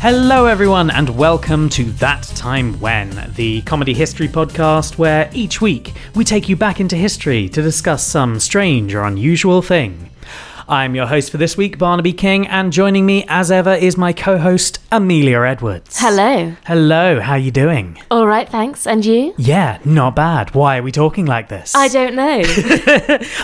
Hello, everyone, and welcome to That Time When, the comedy history podcast where each week we take you back into history to discuss some strange or unusual thing. I'm your host for this week, Barnaby King, and joining me as ever is my co host, Amelia Edwards. Hello. Hello, how you doing? All right, thanks. And you? Yeah, not bad. Why are we talking like this? I don't know.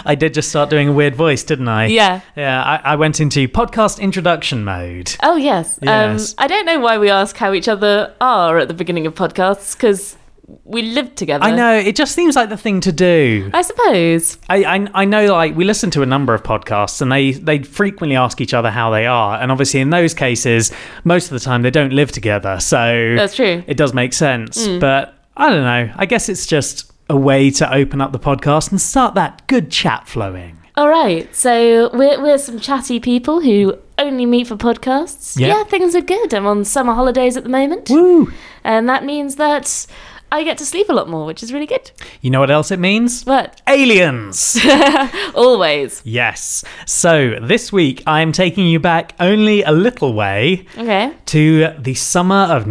I did just start doing a weird voice, didn't I? Yeah. Yeah, I, I went into podcast introduction mode. oh, yes. Yes. Um, I don't know why we ask how each other are at the beginning of podcasts because we live together. I know, it just seems like the thing to do. I suppose. I, I I know like we listen to a number of podcasts and they they frequently ask each other how they are and obviously in those cases most of the time they don't live together so That's true. Mm. it does make sense but I don't know I guess it's just a way to open up the podcast and start that good chat flowing All right. So we're, we're some chatty people who only meet for podcasts. Yeah. yeah, things are good. I'm on summer holidays at the moment. woo And that means that I get to sleep a lot more, which is really good. you know what else it means But aliens always. yes so this week I'm taking you back only a little way Okay. to the summer of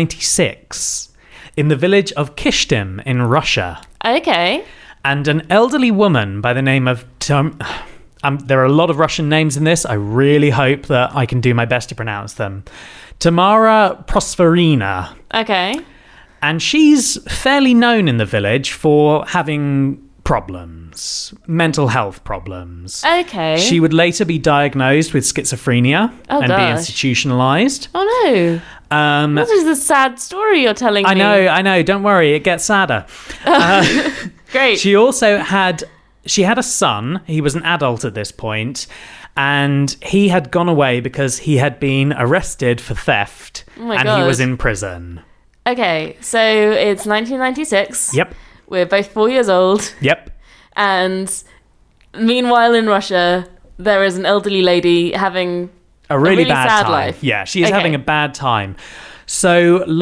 1996 in the village of Kishtim in Russia. Okay. And an elderly woman by the name of Tom. Um, there are a lot of Russian names in this. I really hope that I can do my best to pronounce them. Tamara Prosperina. Okay. And she's fairly known in the village for having problems, mental health problems. Okay. She would later be diagnosed with schizophrenia Oh, and be gosh. institutionalized. oh, no. Um, This is the sad story you're telling I me. know, I know. Don't worry, it gets sadder. Great. She also had she had a son. He was an adult at this point, and he had gone away because he had been arrested for theft, Oh my and he God. was in prison. okay, so it's 1996. Yep, We're both four years old. yep. And meanwhile, in Russia, there is an elderly lady having. A really, really bad sad time. life. Yeah, she is Okay. having a bad time. So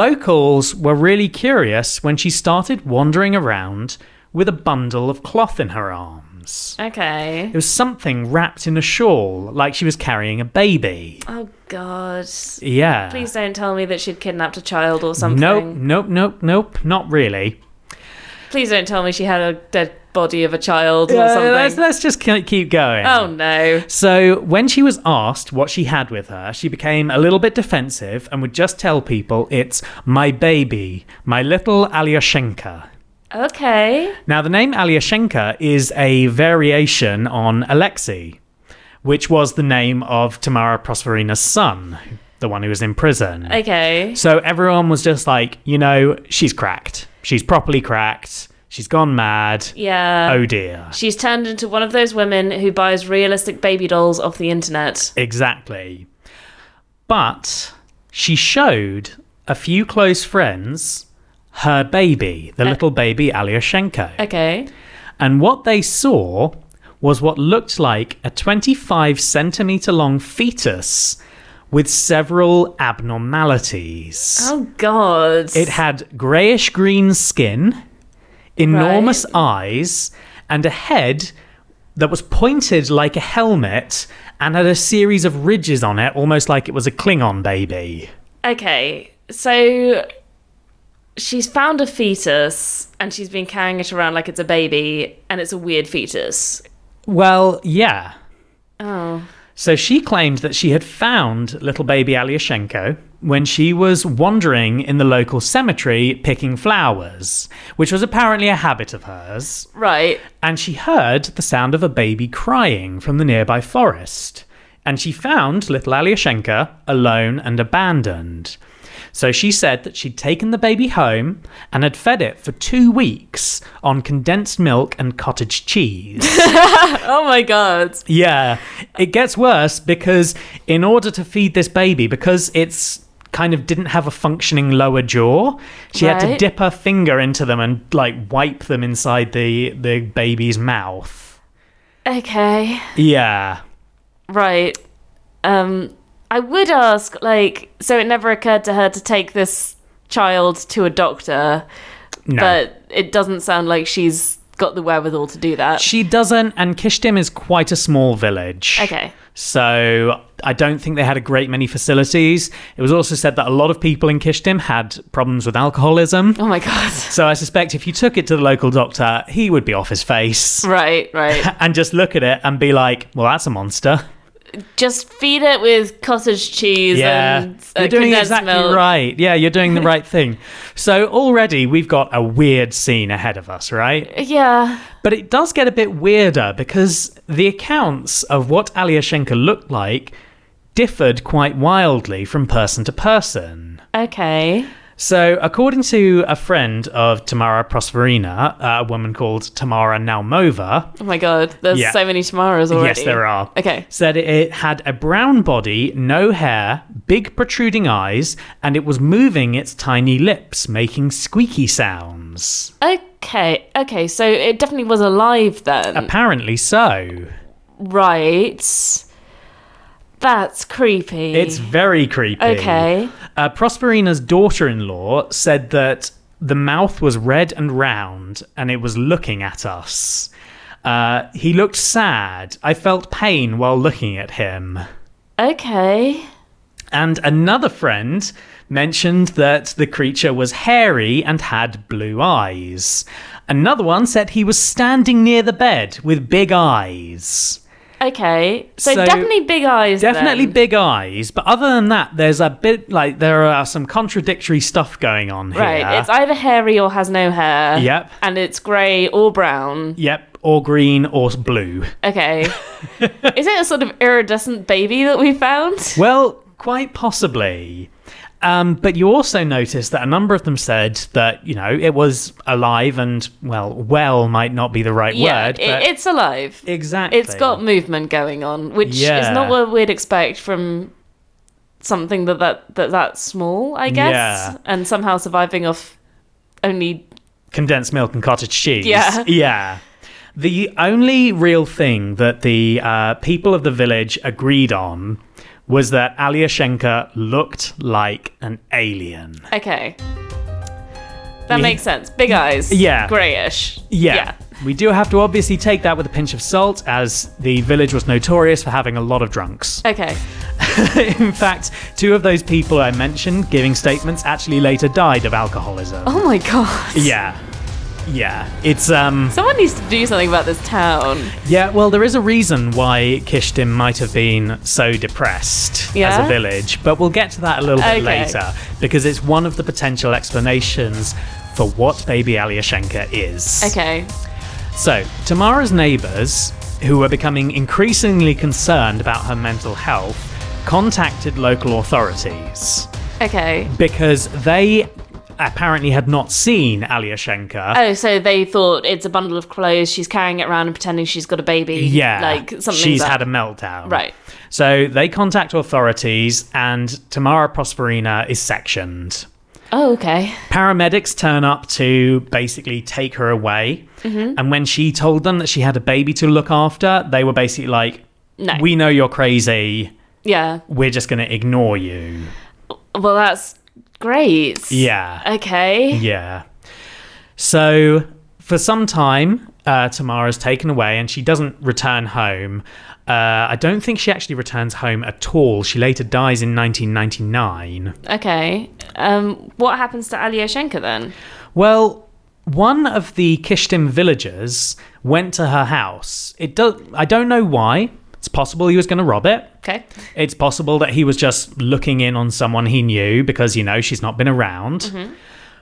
locals were really curious when she started wandering around with a bundle of cloth in her arms. Okay. It was something wrapped in a shawl, like she was carrying a baby. Oh, God. Yeah. Please don't tell me that she'd kidnapped a child or something. Nope, nope, nope, nope, not really. Please don't tell me she had a dead body of a child or Uh, something. let's, let's just ke- keep going. Oh, no. So, when she was asked what she had with her, she became a little bit defensive and would just tell people it's my baby, my little Alyoshenka. Okay. Now, the name Alyoshenka is a variation on Alexei, which was the name of Tamara Prosperina's son, the one who was in prison. Okay. So everyone was just like, you know, she's cracked. She's properly cracked. She's gone mad. Yeah. Oh dear. She's turned into one of those women who buys realistic baby dolls off the internet. Exactly. But she showed a few close friends her baby, the little baby Alyoshenko. Okay. And what they saw was what looked like a 25 centimeter long fetus with several abnormalities. Oh God! It had greyish green skin, enormous eyes, and a head that was pointed like a helmet and had a series of ridges on it, almost like it was a Klingon baby. okay, so she's found a fetus and she's been carrying it around like it's a baby, and it's a weird fetus. Well, yeah. Oh, So she claimed that she had found little baby Alyoshenko when she was wandering in the local cemetery picking flowers, which was apparently a habit of hers. right. and she heard the sound of a baby crying from the nearby forest. And she found little Alyoshenka alone and abandoned. So she said that she'd taken the baby home and had fed it for two weeks on condensed milk and cottage cheese. Oh my God! yeah, it gets worse because in order to feed this baby, because it's kind of didn't have a functioning lower jaw, she had to Right. dip her finger into them and like wipe them inside the the baby's mouth. Okay, Yeah. right. Um, I would ask, like, so it never occurred to her to take this child to a doctor, No. but it doesn't sound like she's got the wherewithal to do that. she doesn't, and Kishtim is quite a small village. Okay. So I don't think they had a great many facilities. It was also said that a lot of people in Kishtim had problems with alcoholism. Oh my god. So I suspect if you took it to the local doctor, he would be off his face Right, right. and just look at it and be like, well, that's a monster. Just feed it with cottage cheese Yeah. and uh, you're doing condensed exactly milk. right. Yeah, you're doing the right thing. So already we've got a weird scene ahead of us, right? Yeah. But it does get a bit weirder because the accounts of what Alyoshenko looked like differed quite wildly from person to person. Okay. So, according to a friend of Tamara Prosperina, a woman called Tamara Naumova, Oh my god. There's Yeah. so many Tamaras already. yes, there are, Okay. said it had a brown body, no hair, big protruding eyes, and it was moving its tiny lips, making squeaky sounds. Okay. Okay. So it definitely was alive then. Apparently so. right. That's creepy. It's very creepy. okay. Uh, Prosperina's daughter in law said that the mouth was red and round and it was looking at us. Uh, he looked sad. I felt pain while looking at him. Okay. And another friend mentioned that the creature was hairy and had blue eyes. Another one said he was standing near the bed with big eyes. Okay. So, So- definitely big eyes. then. Definitely big eyes, but other than that, there's a bit like there are some contradictory stuff going on here. Right. It's either hairy or has no hair. Yep. And it's grey or brown. Yep, or green or blue. Okay. Is it a sort of iridescent baby that we found? Well, quite possibly. Um, but you also notice that a number of them said that, you know, it was alive and, well, well might not be the right yeah. word. it- but it's alive. exactly. It's got movement going on, which Yeah. is not what we'd expect from something that that, that that's small, I guess, Yeah. and somehow surviving off only. condensed milk and cottage cheese. Yeah. Yeah. The only real thing that the uh, people of the village agreed on was that Alyoshenka looked like an alien. Okay, Yeah. that makes sense. Big eyes, Yeah. grayish. Yeah. We do have to obviously take that with a pinch of salt, as the village was notorious for having a lot of drunks. Yeah. Okay. In fact, two of those people I mentioned giving statements actually later died of alcoholism. Oh my god. Yeah. Yeah. It's, um, Someone needs to do something about this town. yeah, well, there is a reason why Kishtim might have been so depressed as Yeah? a village, but we'll get to that a little bit Okay. later, because it's one of the potential explanations for what baby Alyoshenka is. Okay. So, Tamara's neighbours, who were becoming increasingly concerned about her mental health, contacted local authorities Okay. because they apparently had not seen Alyoshenka. Oh, so they thought it's a bundle of clothes. She's carrying it around and pretending she's got a baby. yeah, Like something. she's that- had a meltdown. Right. So they contact authorities, and Tamara Prosperina is sectioned. Oh, okay. Paramedics turn up to basically take her away. Mm-hmm. And when she told them that she had a baby to look after, they were basically like, No. We know you're crazy. Yeah. We're just going to ignore you. Well, that's great. Yeah. Okay. Yeah. So for some time, uh, Tamara's taken away and she doesn't return home. Uh, I don't think she actually returns home at all. She later dies in 1999. Okay. Um, what happens to Alyoshenko then? Well, one of the Kishtim villagers went to her house. It does. I don't know why. It's possible he was going to rob it. Okay. It's possible that he was just looking in on someone he knew because you know she's not been around. Mm-hmm.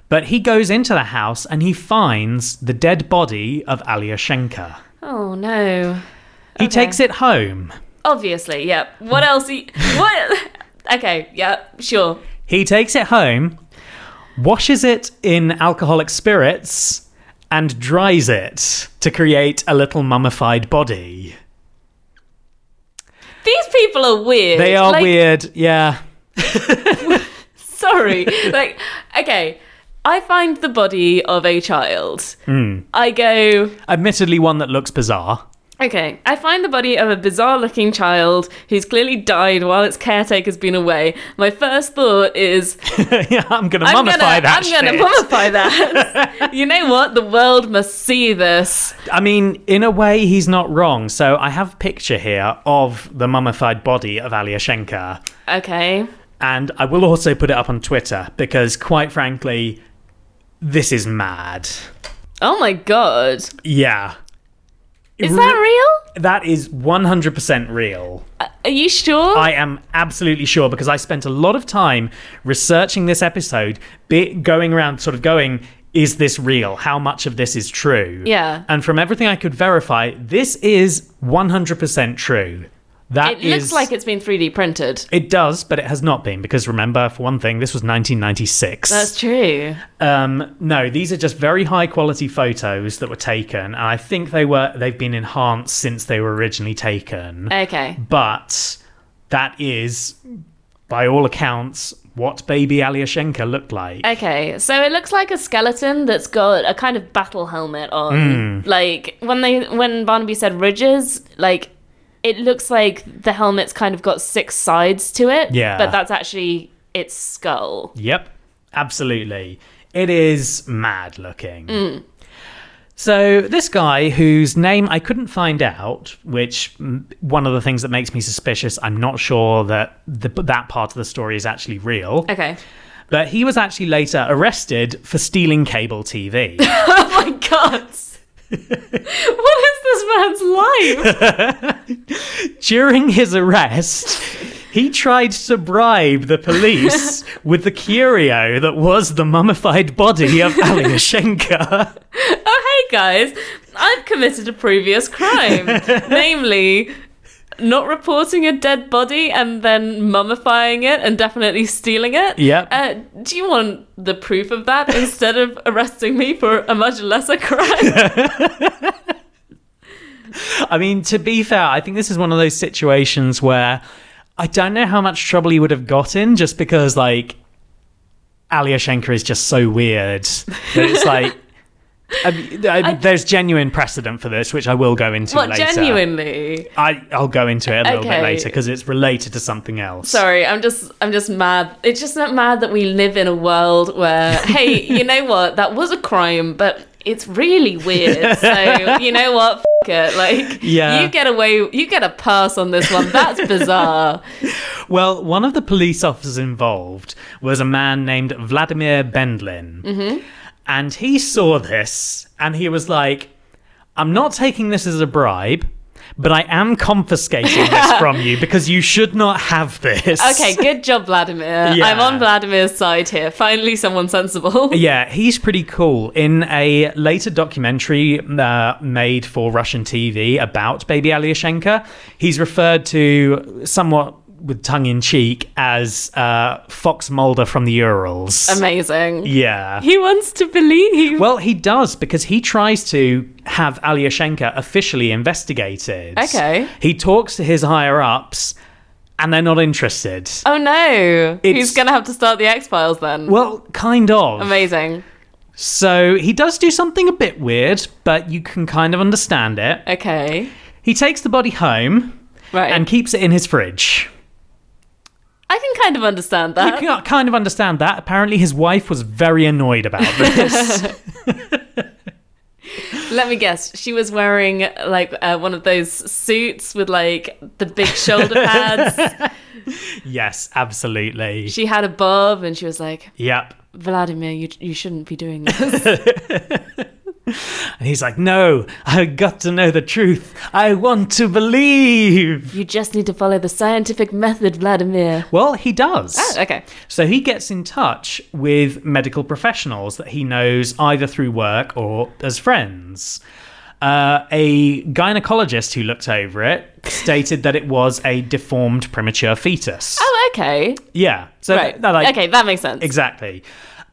But he goes into the house and he finds the dead body of Alyoshenka. Oh no. He takes it home. Obviously, yeah. Hmm. What else? He, what? Okay. Yeah. Sure. He takes it home, washes it in alcoholic spirits, and dries it to create a little mummified body. These people are weird. They are Like, weird, yeah. Sorry. like, okay. I find the body of a child. I go. Hmm. Admittedly, one that looks bizarre. Okay, I find the body of a bizarre looking child who's clearly died while its caretaker's been away. My first thought is yeah, I'm gonna I'm mummify gonna, that. I'm gonna shit. mummify that. you know what? The world must see this. I mean, in a way, he's not wrong. So I have a picture here of the mummified body of Alyoshenko, Okay. and I will also put it up on Twitter because, quite frankly, this is mad. Oh my god. Yeah, Is that real? that is 100% real. Are you sure? I am absolutely sure because I spent a lot of time researching this episode, be going around sort of going, is this real? How much of this is true? Yeah. And from everything I could verify, this is 100% true. That it is- looks like it's been 3D printed. It does, but it has not been because remember, for one thing, this was 1996. That's true. Um, no, these are just very high quality photos that were taken. And I think they were they've been enhanced since they were originally taken Okay. but that is, by all accounts, what baby Alyoshenko looked like. Okay, so it looks like a skeleton that's got a kind of battle helmet on. Hmm. Like when they when Barnaby said ridges, like it looks like the helmet's kind of got six sides to it. Yeah. But that's actually its skull. Yep, absolutely. It is mad looking. So, this guy whose name I couldn't find out, which mm, one of the things that makes me suspicious, I'm not sure that the, that part of the story is actually real, Okay. but he was actually later arrested for stealing cable TV. Oh my god. what is this man's life? During his arrest, he tried to bribe the police with the curio that was the mummified body of Alyoshenko. Oh hey guys, I've committed a previous crime, namely not reporting a dead body and then mummifying it and definitely stealing it. Yep. Uh, do you want the proof of that instead of arresting me for a much lesser crime? I mean, to be fair, I think this is one of those situations where I don't know how much trouble he would have gotten just because, like, Alyoshenko is just so weird that it's like. I mean, I- there's genuine precedent for this, which I will go into what later. genuinely? I, I'll go into it a little Okay. bit later because it's related to something else. Sorry, I'm just I'm just mad. It's just not mad that we live in a world where hey, you know what? That was a crime, but it's really weird. So, you know what? F- it. Like Yeah. you get away you get a pass on this one. That's bizarre. Well, one of the police officers involved was a man named Vladimir Bendlin. Mm-hmm. And he saw this and he was like, I'm not taking this as a bribe, but I am confiscating this from you because you should not have this. Okay, good job, Vladimir. Yeah. I'm on Vladimir's side here. Finally someone sensible. Yeah, he's pretty cool. In a later documentary uh, made for Russian TV about baby Alyoshenko, he's referred to somewhat with tongue in cheek as uh, Fox Mulder from the Urals. Amazing. Yeah. He wants to believe. well, he does because he tries to have Alyoshenko officially investigated. Okay. He talks to his higher ups and they're not interested. oh no. It's- He's gonna have to start the X Files then. Well, kind of. Amazing. So he does do something a bit weird, but you can kind of understand it. Okay. He takes the body home Right. and keeps it in his fridge. I can kind of understand that. You can kind of understand that. Apparently, his wife was very annoyed about this. Let me guess. She was wearing like uh, one of those suits with like the big shoulder pads. yes, absolutely. she had a bob, and she was like, Yep. "Vladimir, you you shouldn't be doing this." And he's like, No, I got to know the truth. I want to believe. you just need to follow the scientific method, Vladimir. Well, he does. Oh, okay. So he gets in touch with medical professionals that he knows either through work or as friends. Uh, a gynecologist who looked over it stated that it was a deformed premature fetus. Oh, okay. Yeah. So Right. no, like, okay, that makes sense. Exactly.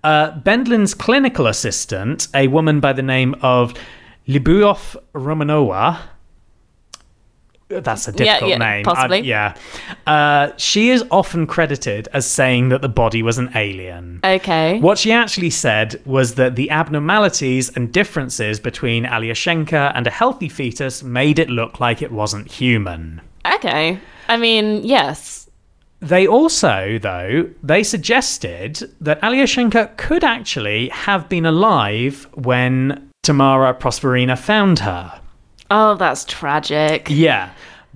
Uh, Bendlin's clinical assistant, a woman by the name of Libuov Romanova, That's a difficult yeah, name. possibly. I- yeah. Uh, she is often credited as saying that the body was an alien. Okay. What she actually said was that the abnormalities and differences between Alyoshenka and a healthy fetus made it look like it wasn't human. Okay. I mean, yes. They also, though, they suggested that Alyoshenko could actually have been alive when Tamara Prosperina found her. Oh, that's tragic. Yeah,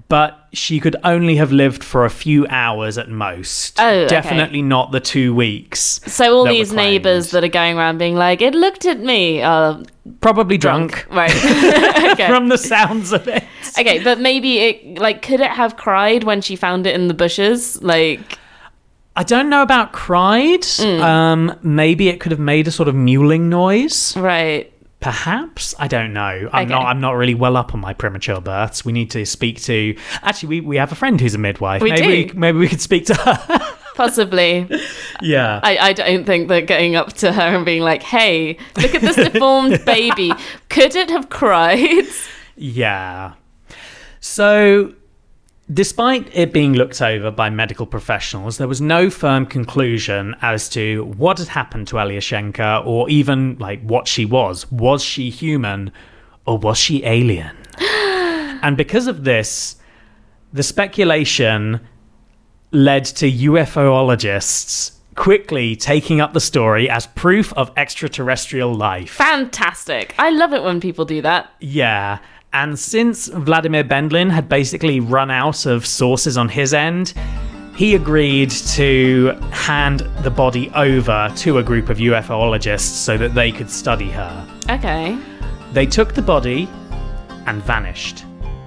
but she could only have lived for a few hours at most. Oh, okay. definitely not the two weeks. So all that were these neighbors claimed. that are going around being like, "It looked at me," are probably drunk, right? okay. from the sounds of it. okay, but maybe it like could it have cried when she found it in the bushes? Like, I don't know about cried. Mm. Um, maybe it could have made a sort of mewling noise. right? Perhaps I don't know. I'm Okay. not. I'm not really well up on my premature births. We need to speak to. Actually, we, we have a friend who's a midwife. We maybe do. We, maybe we could speak to her. Possibly. yeah. I, I don't think that going up to her and being like, "Hey, look at this deformed baby. Could it have cried?" Yeah. So, despite it being looked over by medical professionals, there was no firm conclusion as to what had happened to Alyoshenka or even like what she was. Was she human or was she alien? and because of this, the speculation led to UFOologists quickly taking up the story as proof of extraterrestrial life. Fantastic. I love it when people do that. Yeah. And since Vladimir Bendlin had basically run out of sources on his end, he agreed to hand the body over to a group of UFOologists so that they could study her. Okay. They took the body and vanished.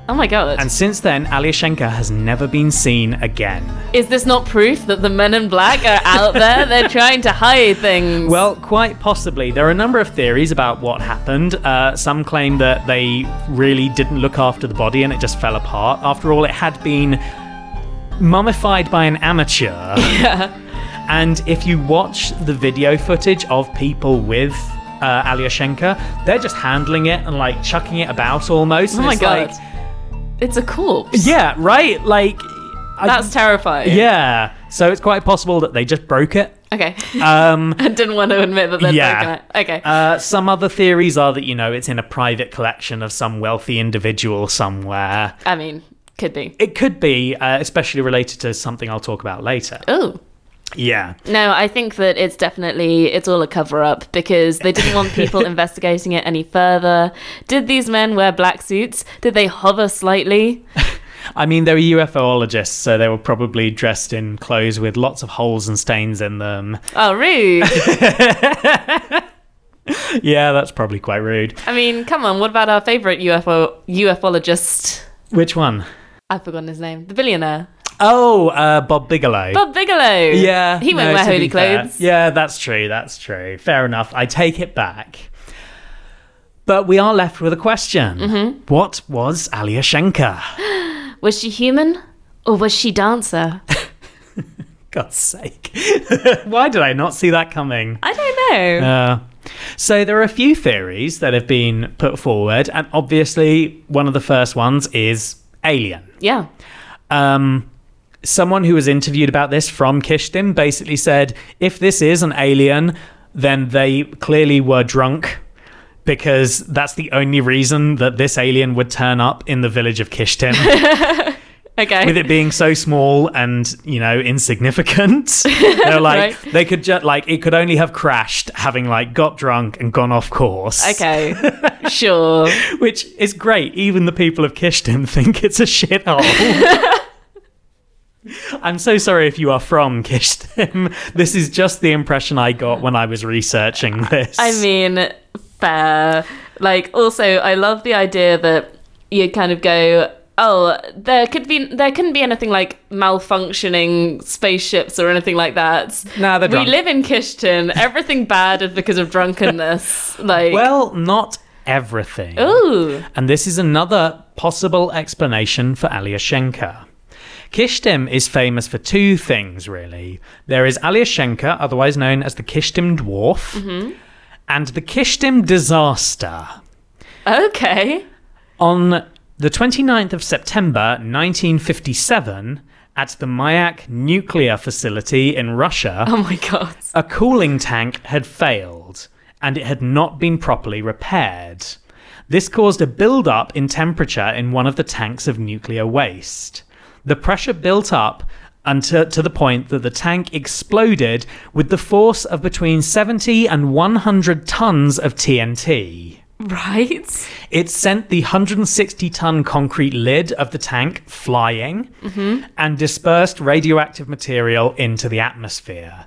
Oh my god. And since then, Alyoshenka has never been seen again. Is this not proof that the men in black are out there? They're trying to hide things. Well, quite possibly. There are a number of theories about what happened. Uh, some claim that they really didn't look after the body and it just fell apart. After all, it had been mummified by an amateur. And if you watch the video footage of people with uh, Alyoshenka, they're just handling it and like chucking it about almost. oh and my it's god. like- it's a corpse. yeah, right? Like. I- That's terrifying. yeah. So it's quite possible that they just broke it. Okay. Um. I didn't want to admit that they're Yeah. taking it. Okay. Uh, some other theories are that you know it's in a private collection of some wealthy individual somewhere. I mean, could be. It could be, uh, especially related to something I'll talk about later. Oh. Yeah, No, I think that it's definitely it's all a cover up because they didn't want people investigating it any further. Did these men wear black suits? Did they hover slightly? I mean they were UFOologists, so they were probably dressed in clothes with lots of holes and stains in them. Oh, rude. Yeah, that's probably quite rude. I mean, come on. What about our favorite UFO ufologist? Which one? I've forgotten his name. The billionaire. Oh, uh, Bob Bigelow. Bob Bigelow. Yeah, He won't no, wear to holy be fair. clothes. Yeah, that's true. That's true. Fair enough. I take it back. But we are left with a question. Mm-hmm. What was Alyoshenka? Was she human or was she dancer? God's sake. Why did I not see that coming? I don't know. Uh, so there are a few theories that have been put forward, and obviously one of the first ones is alien. yeah. Um, someone who was interviewed about this from Kishtim basically said, if this is an alien, then they clearly were drunk because that's the only reason that this alien would turn up in the village of Kishtim, Okay. with it being so small and, you know, insignificant. They're like, Right. they could just, like, it could only have crashed having, like, got drunk and gone off course. okay. sure. Which is great. Even the people of Kishtim think it's a shithole. I'm so sorry if you are from Kishtim. This is just the impression I got when I was researching this. I mean, fair. Like, also, I love the idea that you kind of go, oh, there could be, there couldn't be anything like malfunctioning spaceships or anything like that. Nah, they're we drunk. live in Kishton. Everything bad is because of drunkenness. Like, well, not everything. ooh, And this is another possible explanation for Alyoshenka. Kishtim is famous for two things, really. There is Alyoshenka, otherwise known as the Kishtim Dwarf, and the Kishtim Disaster. okay. on The 29th of September 1957, at the Mayak nuclear facility in Russia, Oh my god. a cooling tank had failed and it had not been properly repaired. This caused a build up in temperature in one of the tanks of nuclear waste. The pressure built up until, to the point that the tank exploded with the force of between 70 and 100 tons of TNT. Right? It sent the 160 ton concrete lid of the tank flying and dispersed radioactive material into the atmosphere.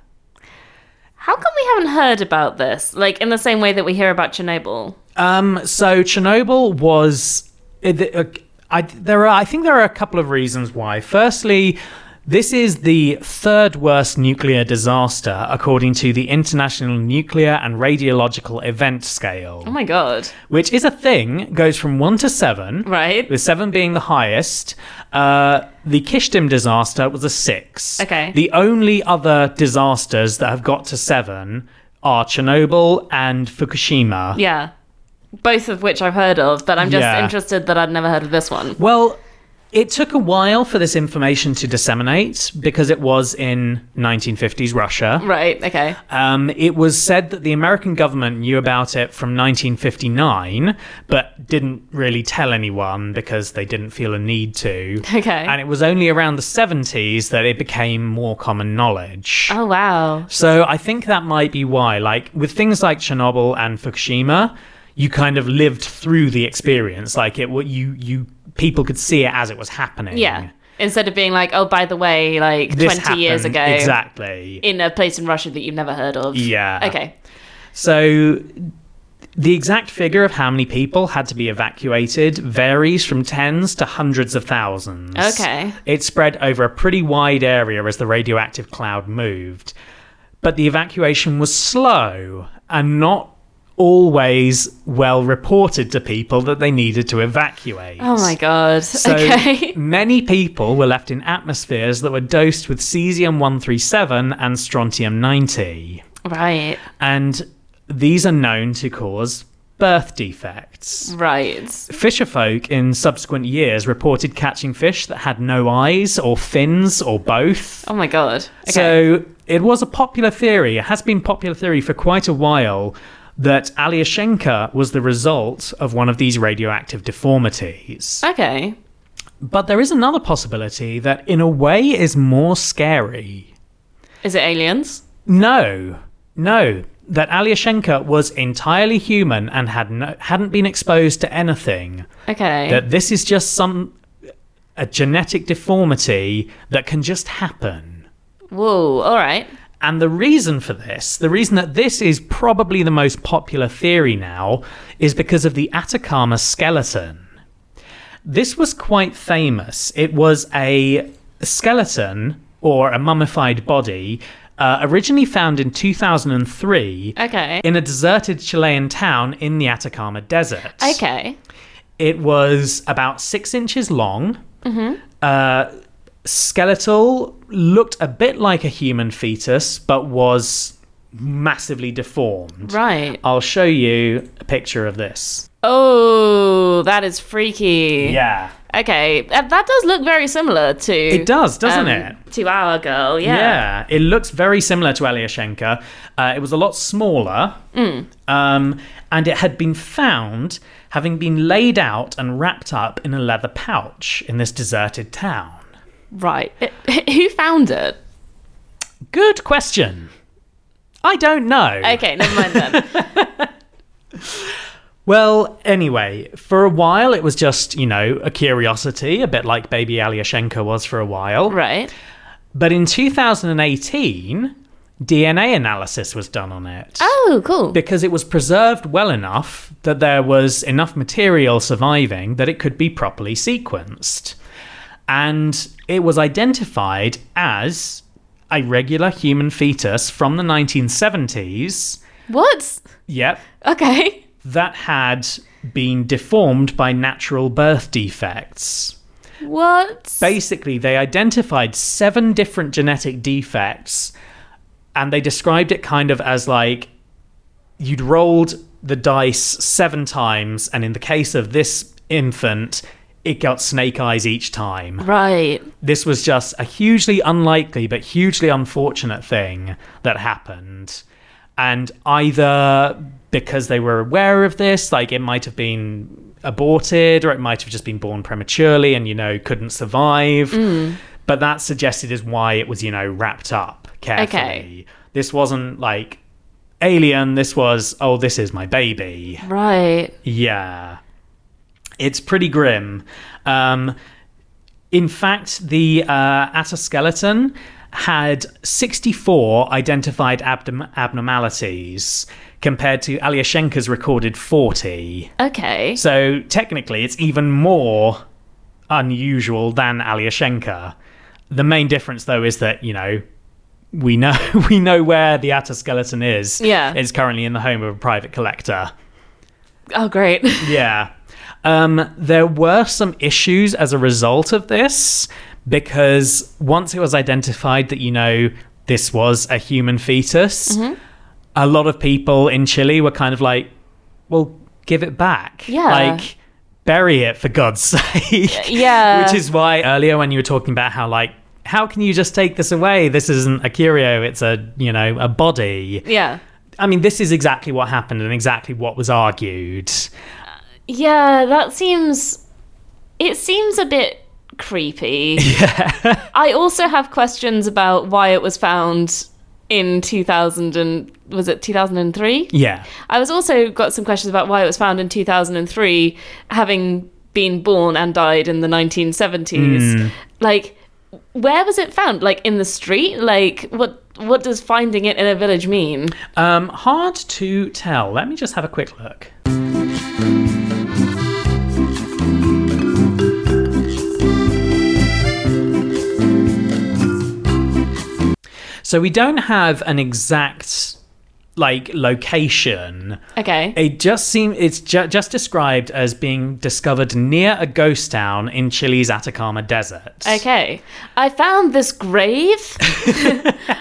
How come we haven't heard about this? Like, in the same way that we hear about Chernobyl? Um, so Chernobyl was. it- uh, I, there are, I think there are a couple of reasons why. Firstly, this is the third worst nuclear disaster according to the International Nuclear and Radiological Event Oh Scale, my god. which is a thing, goes from 1 to 7. Right? With seven being the highest, uh, the Kishtim disaster was a six. Okay. The only other disasters that have got to seven are Chernobyl and Fukushima. Yeah. Both of which I've heard of, but I'm just Yeah. interested that I'd never heard of this one. Well, it took a while for this information to disseminate because it was in 1950s Russia. Right, okay. Um, it was said that the American government knew about it from 1959, but didn't really tell anyone because they didn't feel a need to. Okay. And it was only around the 70s that it became more common knowledge. Oh wow. So I think that might be why, like with things like Chernobyl and Fukushima, you kind of lived through the experience. Like it, what you you people could see it as it was happening. Yeah. Instead of being like, oh, by the way, like Mm. This 20 years happened- ago exactly. in a place in Russia that you've never heard of. Yeah. Okay. So the exact figure of how many people had to be evacuated varies from tens to hundreds of thousands. Okay. It spread over a pretty wide area as the radioactive cloud moved. But the evacuation was slow and not always well reported to people that they needed to evacuate. Oh my god. So okay. many people were left in atmospheres that were dosed with cesium 137 and strontium 90 right. and these are known to cause birth defects. Right. Fisher folk in subsequent years reported catching fish that had no eyes or fins or both. Oh my god. Okay. So it was a popular theory, it has been popular theory for quite a while, that Alyoshenka was the result of one of these radioactive deformities. okay. But there is another possibility that, in a way, is more scary. Is it aliens? No, no. That Alyoshenko was entirely human and had no, hadn't been exposed to anything. Okay. That this is just some a genetic deformity that can just happen. Whoa. All right. And the reason for this, the reason that this is probably the most popular theory now, is because of the Atacama skeleton. This was quite famous. It was a skeleton or a mummified body uh, originally found in 2003 Okay. in a deserted Chilean town in the Atacama Desert. Okay. It was about six inches long. Mm-hmm. Uh, skeletal looked a bit like a human fetus, but was massively deformed. Right. I'll show you a picture of this. Oh, that is freaky. Yeah. Okay. That, that does look very similar to. It does, doesn't um, it? To our girl. Yeah. Yeah, it looks very similar to Alyoshenko. Uh, it was a lot smaller, Mm. um, and it had been found having been laid out and wrapped up in a leather pouch in this deserted town. Right. who found it? Good question. I don't know. Okay. Never mind then. Well, anyway, for a while it was just, you know, a curiosity, a bit like baby Alyoshenko was for a while. right. But in 2018, DNA analysis was done on it. Oh, cool. because it was preserved well enough that there was enough material surviving that it could be properly sequenced. And it was identified as a regular human fetus from the 1970s. What? Yep. Okay. That had been deformed by natural birth defects. What? Basically, they identified seven different genetic defects and they described it kind of as like you'd rolled the dice seven times, and in the case of this infant, it got snake eyes each time. Right. This was just a hugely unlikely but hugely unfortunate thing that happened. And either because they were aware of this, like it might have been aborted or it might have just been born prematurely and, you know, couldn't survive. But that suggested is why it was, you know, wrapped up carefully. This wasn't like alien, this was, oh, this is my baby. Right. Yeah. It's pretty grim. Um, in fact, the uh, Ataskeleton had 64 identified abdom- abnormalities compared to Alyoshenko's recorded 40. Okay. So technically, it's even more unusual than Alyoshenko. The main difference, though, is that, you know, we know we know where the Ataskeleton is. Yeah. It's currently in the home of a private collector. Oh, great. Yeah. Um, there were some issues as a result of this because once it was identified that, you know, this was a human fetus, Mm-hmm. a lot of people in Chile were kind of like, well, give it back. Yeah. Uh, Like, bury it for God's sake. yeah. Which is why earlier when you were talking about how, like, how can you just take this away? This isn't a curio, it's a, you know, a body. Yeah. I mean, this is exactly what happened and exactly what was argued. Yeah, that seems. It seems a bit creepy. Yeah. I also have questions about why it was found in 2000 and was it 2003? Yeah. I was also got some questions about why it was found in 2003, having been born and died in the 1970s. Like, where was it found? Like in the street? Like what? What does finding it in a village mean? Um, hard to tell. Let me just have a quick look. So we don't have an exact like location. Okay. It just seem it's ju- just described as being discovered near a ghost town in Chile's Atacama Desert. Okay. I found this grave.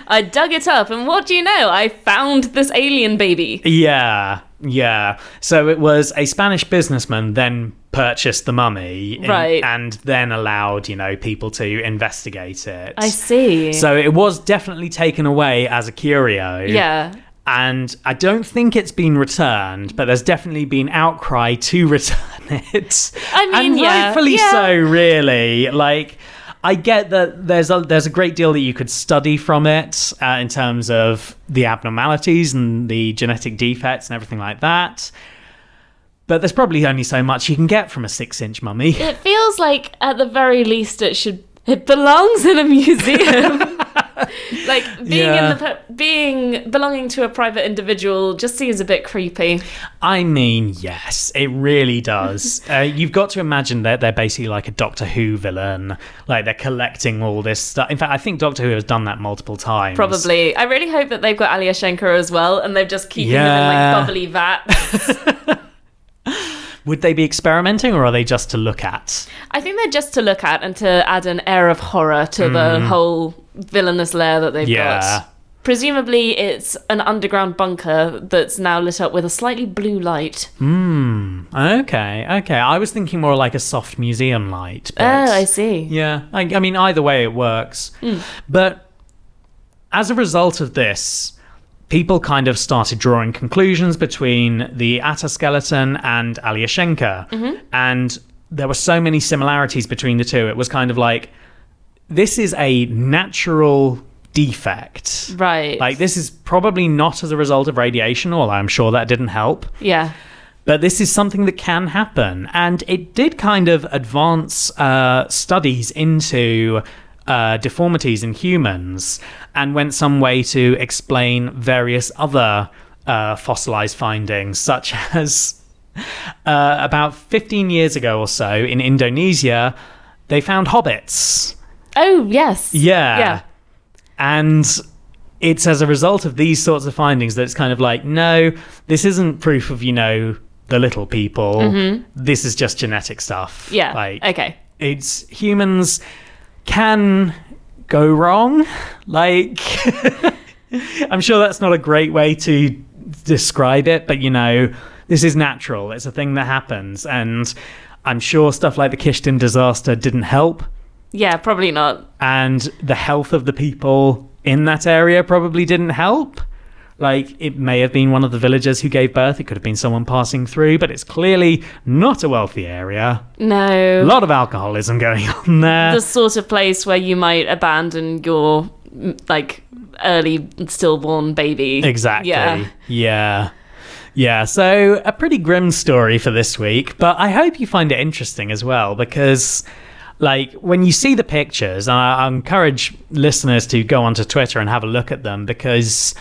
I dug it up, and what do you know? I found this alien baby. Yeah, yeah. So it was a Spanish businessman then purchased the mummy, in- Right. and then allowed you know people to investigate it. I see. So it was definitely taken away as a curio. yeah. And I don't think it's been returned, but there's definitely been outcry to return it. I mean, and yeah, rightfully yeah. so, really. Like, I get that there's a there's a great deal that you could study from it uh, in terms of the abnormalities and the genetic defects and everything like that. But there's probably only so much you can get from a six-inch mummy. It feels like, at the very least, it should. It belongs in a museum. like being Yeah. in the pu- being belonging to a private individual just seems a bit creepy. I mean, yes, it really does. uh, you've got to imagine that they're basically like a Doctor Who villain. Like they're collecting all this stuff. In fact, I think Doctor Who has done that multiple times. Probably. I really hope that they've got Alyoshenko as well, and they've just keeping them in Yeah. like bubbly vats. Would they be experimenting or are they just to look at? I think they're just to look at and to add an air of horror to the whole villainous lair that they've Mm-hmm. Yeah. got. Presumably, it's an underground bunker that's now lit up with a slightly blue light. Okay, okay. I was thinking more like a soft museum light. But Oh, I see. Yeah, I, I mean, either way, it works. But as a result of this, people kind of started drawing conclusions between the Ataskeleton and Alyoshenko. And there were so many similarities between the two. It was kind of like, this is a natural defect. Right. Like, this is probably not as a result of radiation, although I'm sure that didn't help. yeah. But this is something that can happen. And it did kind of advance uh, studies into uh, deformities in humans and went some way to explain various other uh, fossilized findings, such as uh, about 15 years ago or so in Indonesia, they found hobbits. Oh, yes. Yeah. Yeah. And it's as a result of these sorts of findings that it's kind of like, no, this isn't proof of, you know, the little people. This is just genetic stuff. Mm-hmm. Yeah. Like, okay. it's humans can go wrong. Like, I'm sure that's not a great way to describe it, but you know, this is natural. It's a thing that happens. And I'm sure stuff like the Kishtim disaster didn't help, Yeah, probably not. and the health of the people in that area probably didn't help. Like, it may have been one of the villagers who gave birth, it could have been someone passing through, but it's clearly not a wealthy area. No. A lot of alcoholism going on there. the sort of place where you might abandon your m- like early stillborn baby. Exactly. Yeah. Yeah. Yeah, so a pretty grim story for this week, but I hope you find it interesting as well because, like, when you see the pictures, and I I encourage listeners to go onto Twitter and have a look at them because,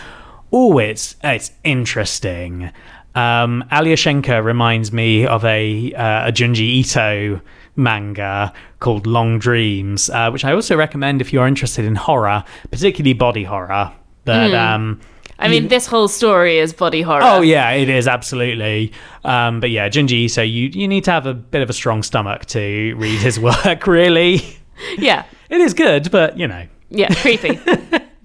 oh, it's it's interesting. Um, Alyoshenko reminds me of a uh, a Junji Ito manga called Long Dreams, uh, which I also recommend if you are interested in horror, particularly body horror. That um, I mean, this whole story is body horror. Oh yeah, it is absolutely. Um, but yeah, Junji Ito, you you need to have a bit of a strong stomach to read his work. Really, yeah, it is good, but you know. yeah, creepy,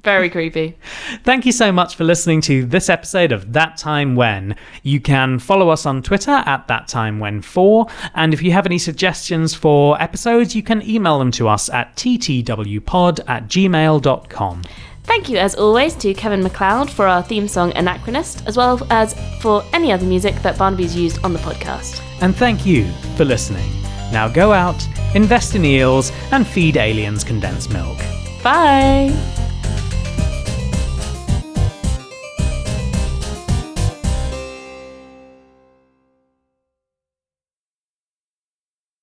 very creepy. Thank you so much for listening to this episode of That Time When. You can follow us on Twitter at That Time When Four, and if you have any suggestions for episodes, you can email them to us at ttwpod at gmail.com. Thank you, as always, to Kevin McLeod for our theme song Anachronist, as well as for any other music that Barnaby's used on the podcast. And thank you for listening. Now go out, invest in eels, and feed aliens condensed milk. Bye!